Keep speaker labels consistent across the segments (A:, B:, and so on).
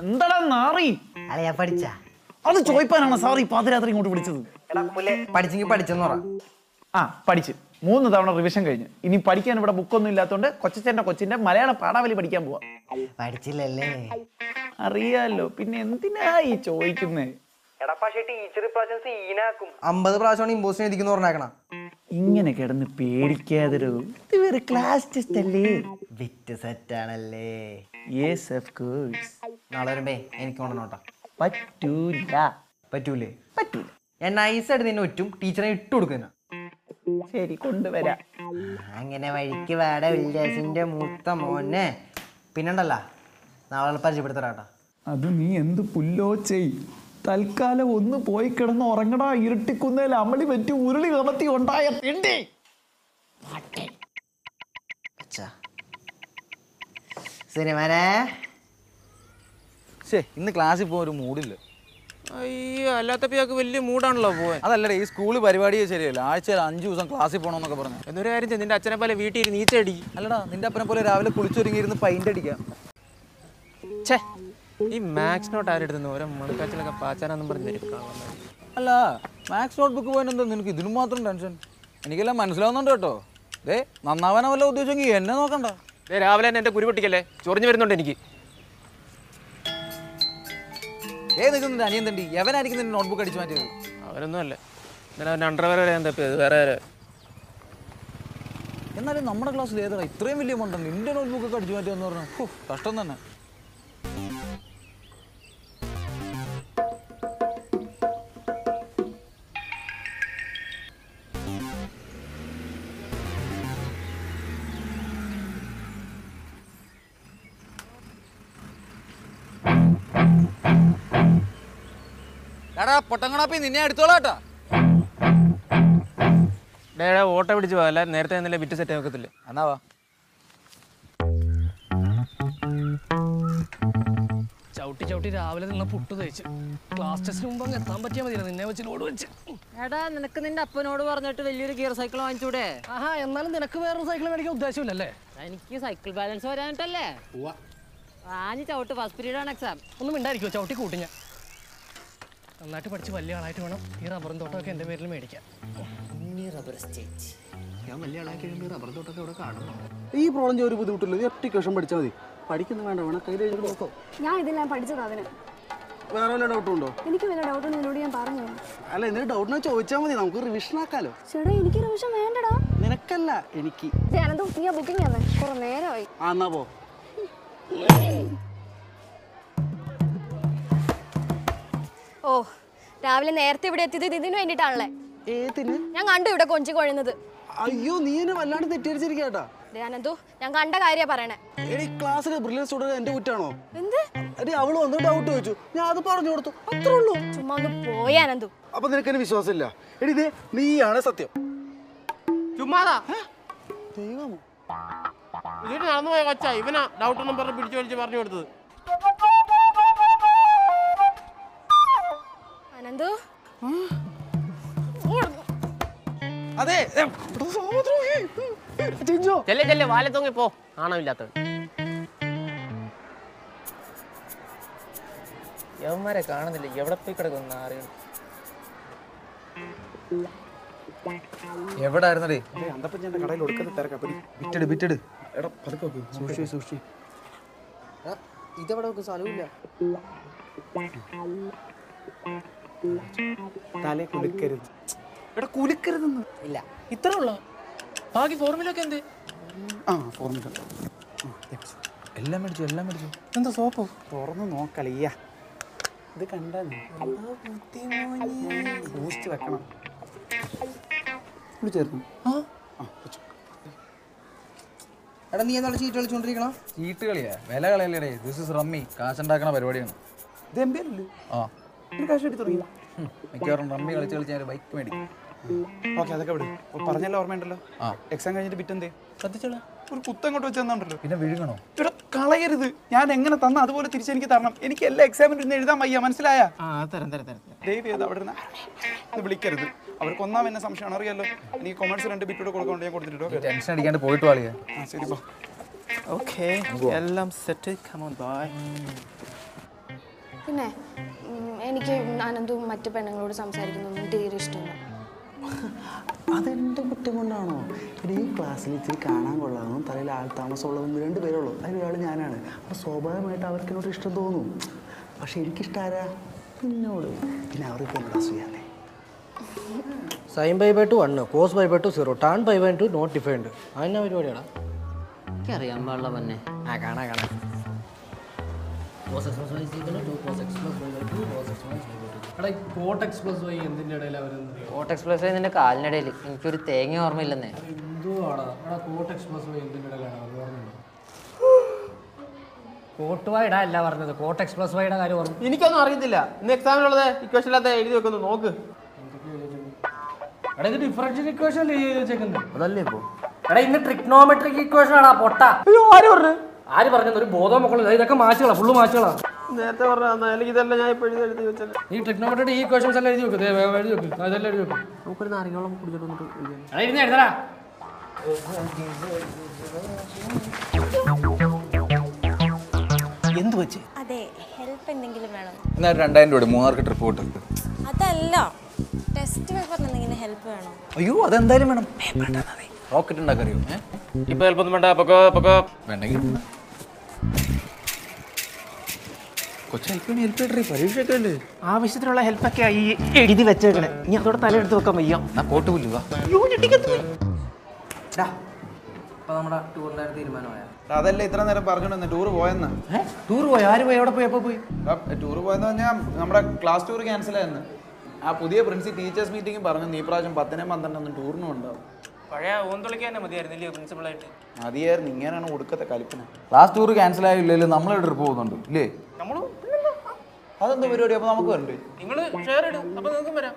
A: എന്തടാ നാറി
B: അല്ല ഞാൻ പഠിച്ചാ
A: അത് ചോദിപ്പാനാണ് സാർ ഈ പാതിരാത്രി ഇങ്ങോട്ട് വിളിച്ചത്
B: പഠിച്ചെങ്കിൽ പഠിച്ചെന്ന് പറ
A: ആ പഠിച്ച് മൂന്ന് തവണ റിവിഷൻ കഴിഞ്ഞ് ഇനി പഠിക്കാൻ ഇവിടെ ബുക്കൊന്നും ഇല്ലാത്തതുകൊണ്ട് കൊച്ചച്ചൻ്റെ കൊച്ചിന്റെ മലയാള പാടാവലി പഠിക്കാൻ പോവാ
B: പഠിച്ചില്ലല്ലേ
A: അറിയാലോ പിന്നെ എന്തിനാ ഈ ചോദിക്കുന്നേ
B: അമ്പത് പ്രാവശ്യമാണ് ഇമ്പോസിന് എഴുതിക്കുന്ന പറഞ്ഞേക്കണ
A: ഇങ്ങനെ കിടന്ന് പേടിക്കാതിരുന്നു ഇത് വേറെ ക്ലാസ് ടെസ്റ്റ് അല്ലേ
B: വിറ്റ് സെറ്റാണല്ലേ
A: യെസ് ഓഫ് കോഴ്സ്
B: നാളെ വരുമ്പേ എനിക്ക് കൊണ്ടുവന്നോട്ടാ
A: പറ്റൂല
B: പറ്റൂലേ
A: പറ്റൂല
B: ഞാൻ നൈസായിട്ട് നിന്നെ ഒറ്റും ടീച്ചറെ ഇട്ട് കൊടുക്കുന്ന
A: ശരി കൊണ്ടുവരാം
B: അങ്ങനെ വഴിക്ക് വേട വില്ലേജിന്റെ മൂത്ത മോനെ പിന്നെണ്ടല്ല നാളെ പരിചയപ്പെടുത്തരാട്ടാ
A: അത് നീ എന്ത് പുല്ലോ ചെയ് തൽക്കാലം ഒന്ന് പോയി കിടന്ന് ഉറങ്ങടാ ഇരുട്ടിക്കുന്നതിൽ അമളി പറ്റി ഉരുളി കമത്തി ഉണ്ടായ പിണ്ടി
B: അച്ഛാ സിനിമനെ
C: ശേ ഇന്ന് ക്ലാസ്സിൽ പോകാൻ ഒരു മൂഡില്ല
D: അയ്യോ അല്ലാത്തപ്പോ ഇയാൾക്ക് വലിയ മൂടാണല്ലോ പോവാൻ
C: അതല്ലടേ ഈ സ്കൂൾ പരിപാടിയെ ശരിയല്ല ആഴ്ചയിൽ അഞ്ച് ദിവസം ക്ലാസ്സിൽ പോകണമെന്നൊക്കെ പറഞ്ഞു
D: എന്നൊരു കാര്യം ചെയ്യ്, നിന്റെ അച്ഛനെ പോലെ വീട്ടിൽ ഇരുന്ന് ഈച്ചടി
C: അല്ലടാ നിന്റെ അപ്പനെ പോലെ രാവിലെ കുളിച്ചൊരുങ്ങിയിരുന്ന് പൈൻ്റ് അടിക്കാം
D: ഛേ ഈ മാത്സ് നോട്ട് ആരെടുത്തുന്നു ഓരോ മണക്കാച്ചിലൊക്കെ പാച്ചാനാന്നും പറഞ്ഞ് വരും കാണുന്നത്
C: അല്ല മാത്സ് നോട്ട് ബുക്ക് പോകാൻ എന്താ നിനക്ക് ഇതിനും മാത്രം ടെൻഷൻ എനിക്കെല്ലാം മനസ്സിലാവുന്നുണ്ട് കേട്ടോ ദേ നന്നാവാനാ വല്ല ഉദ്ദേശമെങ്കിൽ എന്നെ നോക്കണ്ട
D: ദേ രാവിലെ തന്നെ എന്റെ കുരുപൊട്ടിക്കല്ലേ ചൊറിഞ്ഞു വരുന്നുണ്ട് എനിക്ക്
C: ഏ നിൽക്കുന്നുണ്ട് അനിയൻ തണ്ടി എവനായിരിക്കും നിന്റെ നോട്ട്ബുക്ക് അടിച്ചു മാറ്റിയത്
D: അവനൊന്നും അല്ല എന്നാലും അവൻ്റെ അണ്ടർവെയർ വരെ ഞാൻ തപ്പിയത് വേറെ ആരോ.
C: എന്നാലും നമ്മുടെ ക്ലാസ്സിൽ ഏതാ ഇത്രയും വലിയ മണ്ടം നിന്റെ നോട്ട്ബുക്ക് ഒക്കെ അടിച്ചു മാറ്റിയെന്ന് പറഞ്ഞു ഹോ, കഷ്ടം തന്നെ എടാ പൊട്ടങ്കണാപ്പി നിന്നെ എടുത്തോളാട്ടാ
D: ഡേ ഡേ ഓട്ടോ പിടിച്ച് പോകല്ല നേരത്തെ എന്നല്ലേ ബിറ്റ് സെറ്റ് വെക്കത്തില്ലേ
C: എന്നാ വാ
E: ചവിട്ടി ചവിട്ടി രാവിലെ നിന്ന പുട്ട് തേച്ച് ക്ലാസ് ടെസ്റ്റിന് മുമ്പ് അങ്ങ് എത്താൻ പറ്റിയാൽ മതി നിന്നെ വെച്ച് ലോഡ് വെച്ച്
F: എടാ നിനക്ക് നിന്റെ അപ്പനോട് പറഞ്ഞിട്ട് വലിയൊരു ഗിയർ സൈക്കിൾ വാങ്ങിച്ചൂടെ
E: ആഹാ എന്നാലും നിനക്ക് വേറൊരു സൈക്കിൾ മേടിക്കാൻ ഉദ്ദേശമില്ലല്ലേ
F: എനിക്ക് സൈക്കിൾ ബാലൻസ് വരാനിട്ടല്ലേ ആഞ്ഞ് ചവിട്ട് ഫസ്റ്റ് പീരീഡ് ആണ് എക്സാം
E: ഒന്നും മിണ്ടായിരിക്കുമോ ചവിട്ടി കൂട്ടി ഞാൻ നന്നായിട്ട് പഠിച്ച് വലിയ ആളായിട്ട് വേണം ഈ റബ്ബറും തോട്ടമൊക്കെ എൻ്റെ പേരിൽ മേടിക്കാൻ
G: ഈ പ്രോബ്ലം ഒരു ബുദ്ധിമുട്ടില്ല ഇത് ഒറ്റ ക്വസ്റ്റൻ പഠിച്ചാൽ മതി പഠിക്കുന്ന വേണ്ട വേണം കയ്യിൽ എഴുതി നോക്കോ
H: ഞാൻ ഇതെല്ലാം പഠിച്ചത് അതിന്
G: വേറെ വല്ല ഡൗട്ടും ഉണ്ടോ
H: എനിക്ക് വല്ല ഡൗട്ട് നിന്നോട് ഞാൻ പറഞ്ഞു
G: അല്ല എന്തൊരു ഡൗട്ടിനെ ചോദിച്ചാൽ മതി നമുക്ക് റിവിഷൻ ആക്കാലോ
H: ചേട്ടാ എനിക്ക് ഒരു വിഷം വേണ്ടടാ
G: നിനക്കല്ല എനിക്ക്
H: ദേ, അനന്ത പുതിയ ബുക്കിംഗ് ആണ് കുറെ നേരമായി
G: ആ എന്നാ പോ
I: ഓ രാവിലെ നേരത്തെ ഇവിടെ എത്തിയത് ഇതിനു വേണ്ടിയിട്ടാണല്ലേ
G: ഏതിന്
I: ഞാൻ കണ്ടു ഇവിടെ കൊഞ്ചി കൊഴുന്നത്
G: അയ്യോ നീ എന്നെ വല്ലാണ്ട് തെറ്റിദ്ധരിച്ചിരിക്കാട്ടാ
I: ദേ അനന്തു ഞാൻ കണ്ട കാര്യ പറയണേ
G: എടി ക്ലാസ്സിലെ ബ്രില്യൻ സ്റ്റുഡന്റ് എന്റെ കുറ്റാണോ
I: എന്ത്
G: എടി അവള് വന്ന് ഡൗട്ട് ചോദിച്ചു ഞാൻ അത് പറഞ്ഞു കൊടുത്തു അത്രേ ഉള്ളൂ
I: ചുമ്മാ ഒന്ന് പോയ അനന്തു
G: അപ്പൊ നിനക്ക് എന്നെ വിശ്വാസമില്ല എടി ഇതേ നീയാണ് സത്യം
D: ചുമ്മാതാ
G: ദൈവമോ
D: ഇതിന് നടന്നു പോയ കൊച്ചാ ഇവനാ ഡൗട്ട് ഒന്നും പറഞ്ഞ് പിടിച്ചു വലിച്ച് പറഞ്ഞു കൊടുത്തത്
I: അനന്തു
D: അതെ ചെല്ലേ ചെല്ലേ വാലെ തൊങ്ങി പോ ആണമില്ലാത്തവൻ യവന്മാരെ കാണുന്നില്ല എവിടെ പോയി കിടക്കുന്ന അറിയണം
C: എവിടെ ആയിരുന്നടേ
G: അന്തപ്പൻ ഞാൻ കടയിൽ ഒടുക്കത്തെ തിരക്കാം പിടി
C: വിറ്റട് വിറ്റട്
G: എടാ പതുക്കെ വെക്ക്. സൂക്ഷിച്ച് സൂക്ഷിച്ച്
B: ഇതെവിടെ വെക്കും സ്ഥലമില്ല
G: തലേ കൊടുക്കരുത്
D: എടാ കുലുക്കരുതെന്ന്
B: ഇല്ല
D: ഇത്ര ഉള്ള ബാക്കി ഫോർമുലൊക്കെ എന്ത്
G: ആ ഫോർമുല
C: എല്ലാം മേടിച്ചു എല്ലാം മേടിച്ചു
D: എന്താ സോപ്പോ
G: തുറന്ന് നോക്കളിയ ഇത് കണ്ടാ ബൂസ്റ്റ് വെക്കണം ഇവിടെ ചേർന്നു
B: എടാ നീ എന്താണ് ചീറ്റ് കളിച്ചോണ്ടിരിക്കണം
C: ചീട്ട് കളിയാ വില കളയല്ലേ ദിസ് ഇസ് റമ്മി കാശുണ്ടാക്കണ പരിപാടിയാണ്
G: ഇത് എം പി അല്ലേ
C: ആ
G: ഒരു കാശ് എടുത്ത് തുടങ്ങി
C: ഹും, മിക്കവാറും റമ്മി കളിച്ച് കളിച്ച് ഞാൻ ബൈക്ക് മേടിക്കും
G: ഓക്കെ അതൊക്കെ വിട് അപ്പോൾ പറഞ്ഞല്ലോ ഓർമ്മയുണ്ടല്ലോ
C: ആ.
G: എക്സാം കഴിഞ്ഞിട്ട് പിറ്റെന്തേ ശ്രദ്ധിച്ചോളാ ഒരു കുത്തം അങ്ങോട്ട് വെച്ചെന്നുണ്ടല്ലോ
C: പിന്നെ വിഴുങ്ങണോ
G: ഇവിടെ കളയരുത് ഞാൻ എങ്ങനെ തന്ന അതുപോലെ തിരിച്ചെനിക്ക് തരണം എനിക്ക് എല്ലാ എക്സാമിനും ഇരുന്ന് എഴുതാൻ വയ്യ മനസ്സിലായ
D: ആ തരാം തരാം തരാം
G: ദയവ് ചെയ്ത് അവിടെ നിന്ന് ഇത് വിളിക്കരുത് അവർക്ക് ഒന്നാം എന്നെ സംശയമാണ് അറിയാലോ എനിക്ക് കൊമേഴ്സ് രണ്ട് ബിറ്റൂടെ കൊടുക്കാണ്ട് ഞാൻ കൊടുത്തിട്ടോ
C: ടെൻഷൻ അടിക്കാണ്ട് പോയിട്ട് വാളിയാ
G: ആ ശരി പോ
D: ഓക്കെ എല്ലാം സെറ്റ് കമോൺ ബോയ്
H: പിന്നെ ഉം, എനിക്ക് അനന്തും മറ്റു പെണ്ണുങ്ങളോട് സംസാരിക്കുന്നൊന്നും തീരെ ഇഷ്ടമില്ല
J: അതെന്റെ കുറ്റം കൊണ്ടാണോ എടീ, ഈ ക്ലാസ്സിൽ ഇച്ചിരി കാണാൻ കൊള്ളാമെന്നും തലയിൽ ആൾ താമസമുള്ളതും രണ്ട് പേരുള്ളൂ അതിൽ ഒരാൾ ഞാനാണ് അപ്പോൾ സ്വാഭാവികമായിട്ട് അവർക്ക് എന്നോട് ഇഷ്ടം തോന്നും പക്ഷെ എനിക്കിഷ്ടം ആരാ പിന്നോട് പിന്നെ അവർക്ക് എന്നോട് അസൂയാന്നേ
B: sine pi by two one cos pi by two zero tan pi by two not defined അതിനാ പരിപാടിയാടാ
F: എനിക്കറിയാൻ പാടില്ല പൊന്നെ
B: ആ കാണാ കാണാ
F: ഓട്ട് എക്സ്പ്രസ് നിന്റെ കാലിനിടയിൽ എനിക്കൊരു തേങ്ങ ഓർമ്മയില്ലെന്നേ
E: കോട്ടുവായിടാ അല്ല പറഞ്ഞത് കോട്ട് എക്സ്പ്രസ് വൈഡാ കാര്യം ഓർമ്മ
D: എനിക്കൊന്നും അറിയത്തില്ല ഇന്ന് എക്സാമിനുള്ളത് ഇക്വേഷൻ ഇല്ലാത്ത എഴുതി വെക്കുന്നു നോക്ക്
E: എടാ ഇത് ഡിഫറൻഷ്യൽ ഇക്വേഷൻ അല്ലേ വെച്ചേക്കുന്നത്
D: അതല്ലേ ഇപ്പോൾ
E: എടാ ഇന്ന് ട്രിക്നോമെട്രിക് ഇക്വേഷൻ ആടാ പൊട്ട
D: അയ്യോ ആര് പറഞ്ഞു
E: ആര് പറഞ്ഞത് ഒരു ബോധോ മക്കളും ഇതൊക്കെ മാച്ചുകളാ ഫുള്ള് മാച്ചുകളാ
D: നേരത്തെ പറഞ്ഞ അല്ലെങ്കിൽ ഇതെല്ലാം ഞാൻ ഇപ്പോൾ എഴുതി എഴുതി വെച്ചല്ലേ
E: ഈ ട്രിക്നോമെട്രിക് ഈ ഇക്വേഷൻസ് എല്ലാം എഴുതി വെക്കും എഴുതി വെക്കും അതെല്ലാം എഴുതി വെക്കും
D: നമുക്കൊരു നാരങ്ങളും കുടിച്ചിട്ട് വന്നിട്ട് എഴുതിയാൽ
E: എടാ ഇരുന്ന് എഴുതടാ
G: എന്ത് വെച്ച്
I: അതെ ഹെൽപ്പ് എന്തെങ്കിലും വേണം
C: എന്നാൽ രണ്ടായിരം രൂപ മൂന്നാർക്ക് ട്രിപ്പ് കിട്ടും
I: അതല്ല ടെസ്റ്റ് പേപ്പറിന് എന്തെങ്കിലും ഹെൽപ്പ് വേണം
C: അയ്യോ അതെന്തായാലും വേണം റോക്കറ്റ് ഉണ്ടാക്കറിയോ ഏ
D: ഇപ്പോൾ ഹെൽപ്പൊന്നും വേണ്ട പൊക്കോ പൊക്കോ
C: വേണ്ടെങ്കിൽ കൊച്ചു ഹെൽപ്പ് കിട്ടറി പരീക്ഷയൊക്കെ അല്ലേ
B: ആവശ്യത്തിനുള്ള ഹെൽപ്പൊക്കെ ഈ എഴുതി വെച്ചേക്കണേ ഇനി അതോടെ തലയെടുത്ത് വെക്കാൻ വയ്യ
C: എന്നാ പോട്ട് പുല്ലുവാ
B: അപ്പൊ നമ്മുടെ ടൂറിന്റെ തീരുമാനമായ
G: അതല്ല ഇത്ര നേരം പറഞ്ഞോണ്ട് ടൂർ പോയെന്ന്
B: ടൂർ പോയി ആര് പോയി എവിടെ പോയി എപ്പോ പോയി
G: ടൂർ പോയെന്ന് പറഞ്ഞാൽ നമ്മുടെ ക്ലാസ് ടൂർ ക്യാൻസൽ ആയിരുന്നു ആ പുതിയ പ്രിൻസി ടീച്ചേഴ്സ് മീറ്റിംഗ് പറഞ്ഞു നീ പ്രാവശ്യം പത്തിനും പന്ത്രണ്ടൊന്നും ടൂറിനും ഉണ്ടാവും
D: പഴയ ഓന്തുളിക്ക് തന്നെ മതിയായിരുന്നു ഇല്ലയോ പ്രിൻസിപ്പളായിട്ട്
G: മതിയായിരുന്നു ഇങ്ങനെയാണ് ഒടുക്കത്തെ കലിപ്പിനെ
C: ലാസ്റ്റ് ടൂർ ക്യാൻസൽ ആയില്ലേ നമ്മൾ ട്രിപ്പ് പോകുന്നുണ്ട് ഇല്ലേ
D: നമ്മൾ
G: അതെന്താ പരിപാടി അപ്പോൾ നമുക്ക് വരണ്ടേ
D: നിങ്ങൾ ഷെയർ ഇടും അപ്പോൾ നിങ്ങൾക്കും വരാം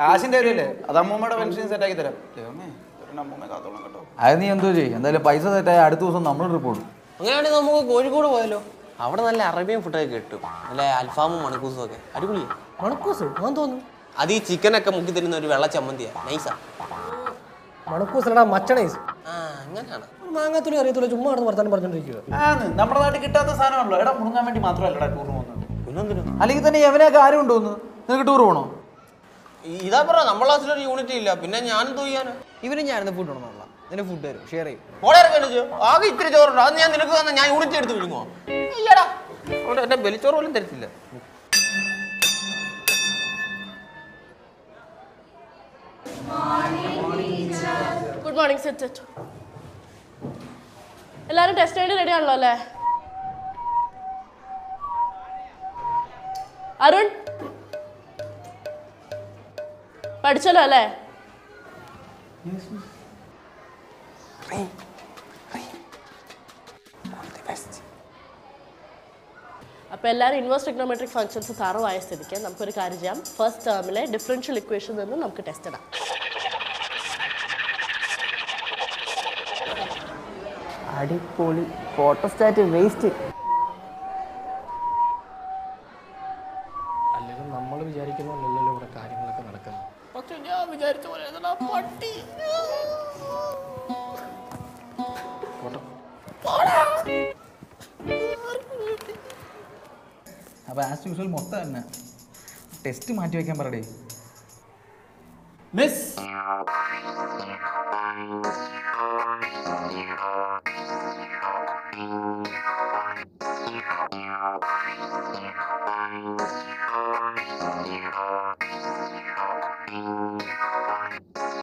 G: കാശിൻ്റെ കാര്യമല്ലേ അത് അമ്മൂമ്മയുടെ പെൻഷൻ സെറ്റാക്കി തരാം ദൈവമേ ഇവരുടെ അമ്മൂമ്മയെ കാത്തോളം കേട്ടോ
C: അത് നീ എന്തോ ചെയ്യും എന്തായാലും പൈസ തെറ്റായ അടുത്ത ദിവസം നമ്മൾ ട്രിപ്പ് പോകും
D: അങ്ങനെയാണെങ്കിൽ നമുക്ക് കോഴിക്കോട് പോയാലോ അവിടെ നല്ല അറേബ്യൻ ഫുഡൊക്കെ കിട്ടും നല്ല അൽഫാമും മണക്കൂസും ഒക്കെ അടിപൊളിയാ മണക്കൂസ് ഞാൻ തോന്നുന്നു അത് ഈ ചിക്കനൊക്കെ മുക്കി തരുന്ന ഒരു വെള്ള ചമ്മന്തിയാ നൈസാ
E: മണക്കൂസലടാ മച്ചണൈസ്
D: ആ അങ്ങനെയാണ്
E: മാങ്ങാത്തുണി അറിയത്തില്ല ചുമ്മാ നടന്ന് വർത്താനം പറഞ്ഞോണ്ടിരിക്കുക
G: ആന്ന് നമ്മുടെ നാട്ടിൽ കിട്ടാത്ത സാധനമാണല്ലോ എടാ മുടങ്ങാൻ വേണ്ടി മാത്രമല്ലടാ ടൂർ പോകുന്നത്
D: പിന്നെന്തിനു
C: അല്ലെങ്കിൽ തന്നെ യവനൊക്കെ ആരും ഉണ്ടോന്ന് നിനക്ക് ടൂർ പോകണോ
D: ഇതാ പറ നമ്മളെ ക്ലാസ്സിലൊരു യൂണിറ്റി ഇല്ല പിന്നെ ഞാൻ തോയ്യാനോ
B: ഇവരും ഞാനിന്ന് ഫുഡ് ഉണ്ടെന്നുള്ള നിന്റെ ഫുഡ് തരും ഷെയർ ചെയ്യും
D: മോളെ ഇറക്കണ്ടോ ആകെ ഇത്തിരി ചോറുണ്ട് അത് ഞാൻ നിനക്ക് തന്നെ ഞാൻ യൂണിറ്റ് എടുത്ത് വിഴുങ്ങോ ഇല്ലടാ അവിടെ എന്റെ ബലിച്ചോറ് പോലും തരത്തില്ല
K: ഗുഡ് മോർണിംഗ് സെറ്റ് സെറ്റ് എല്ലാവരും ടെസ്റ്റ് വേണ്ടി റെഡി ആണല്ലോ അല്ലേ അരുൺ പഠിച്ചല്ലോ അല്ലേ അപ്പോൾ എല്ലാവരും ഇൻവേഴ്സ് ടെക്നോമെട്രിക് ഫംഗ്ഷൻസ് തറവായ സ്ഥിതിക്ക് നമുക്കൊരു കാര്യം ചെയ്യാം ഫസ്റ്റ് ടേമിലെ ഡിഫറൻഷ്യൽ ഇക്വേഷൻ നിന്ന് നമുക്ക് ടെസ്റ്റ് ഇടാം
B: അടിപൊളി ഫോട്ടോസ്റ്റാറ്റ് വേസ്റ്റ്
E: അല്ലെങ്കിൽ നമ്മൾ വിചാരിക്കുന്നല്ലോ ഇവിടെ കാര്യങ്ങളൊക്കെ നടക്കുന്നത്
D: പക്ഷെ ഞാൻ വിചാരിച്ച പോലെ ഇതെടാ പട്ടി
C: അപ്പോൾ ആസ് യൂഷ്വൽ മൊത്തം തന്നെ ടെസ്റ്റ് മാറ്റി വയ്ക്കാൻ പറയടേ
D: മിസ്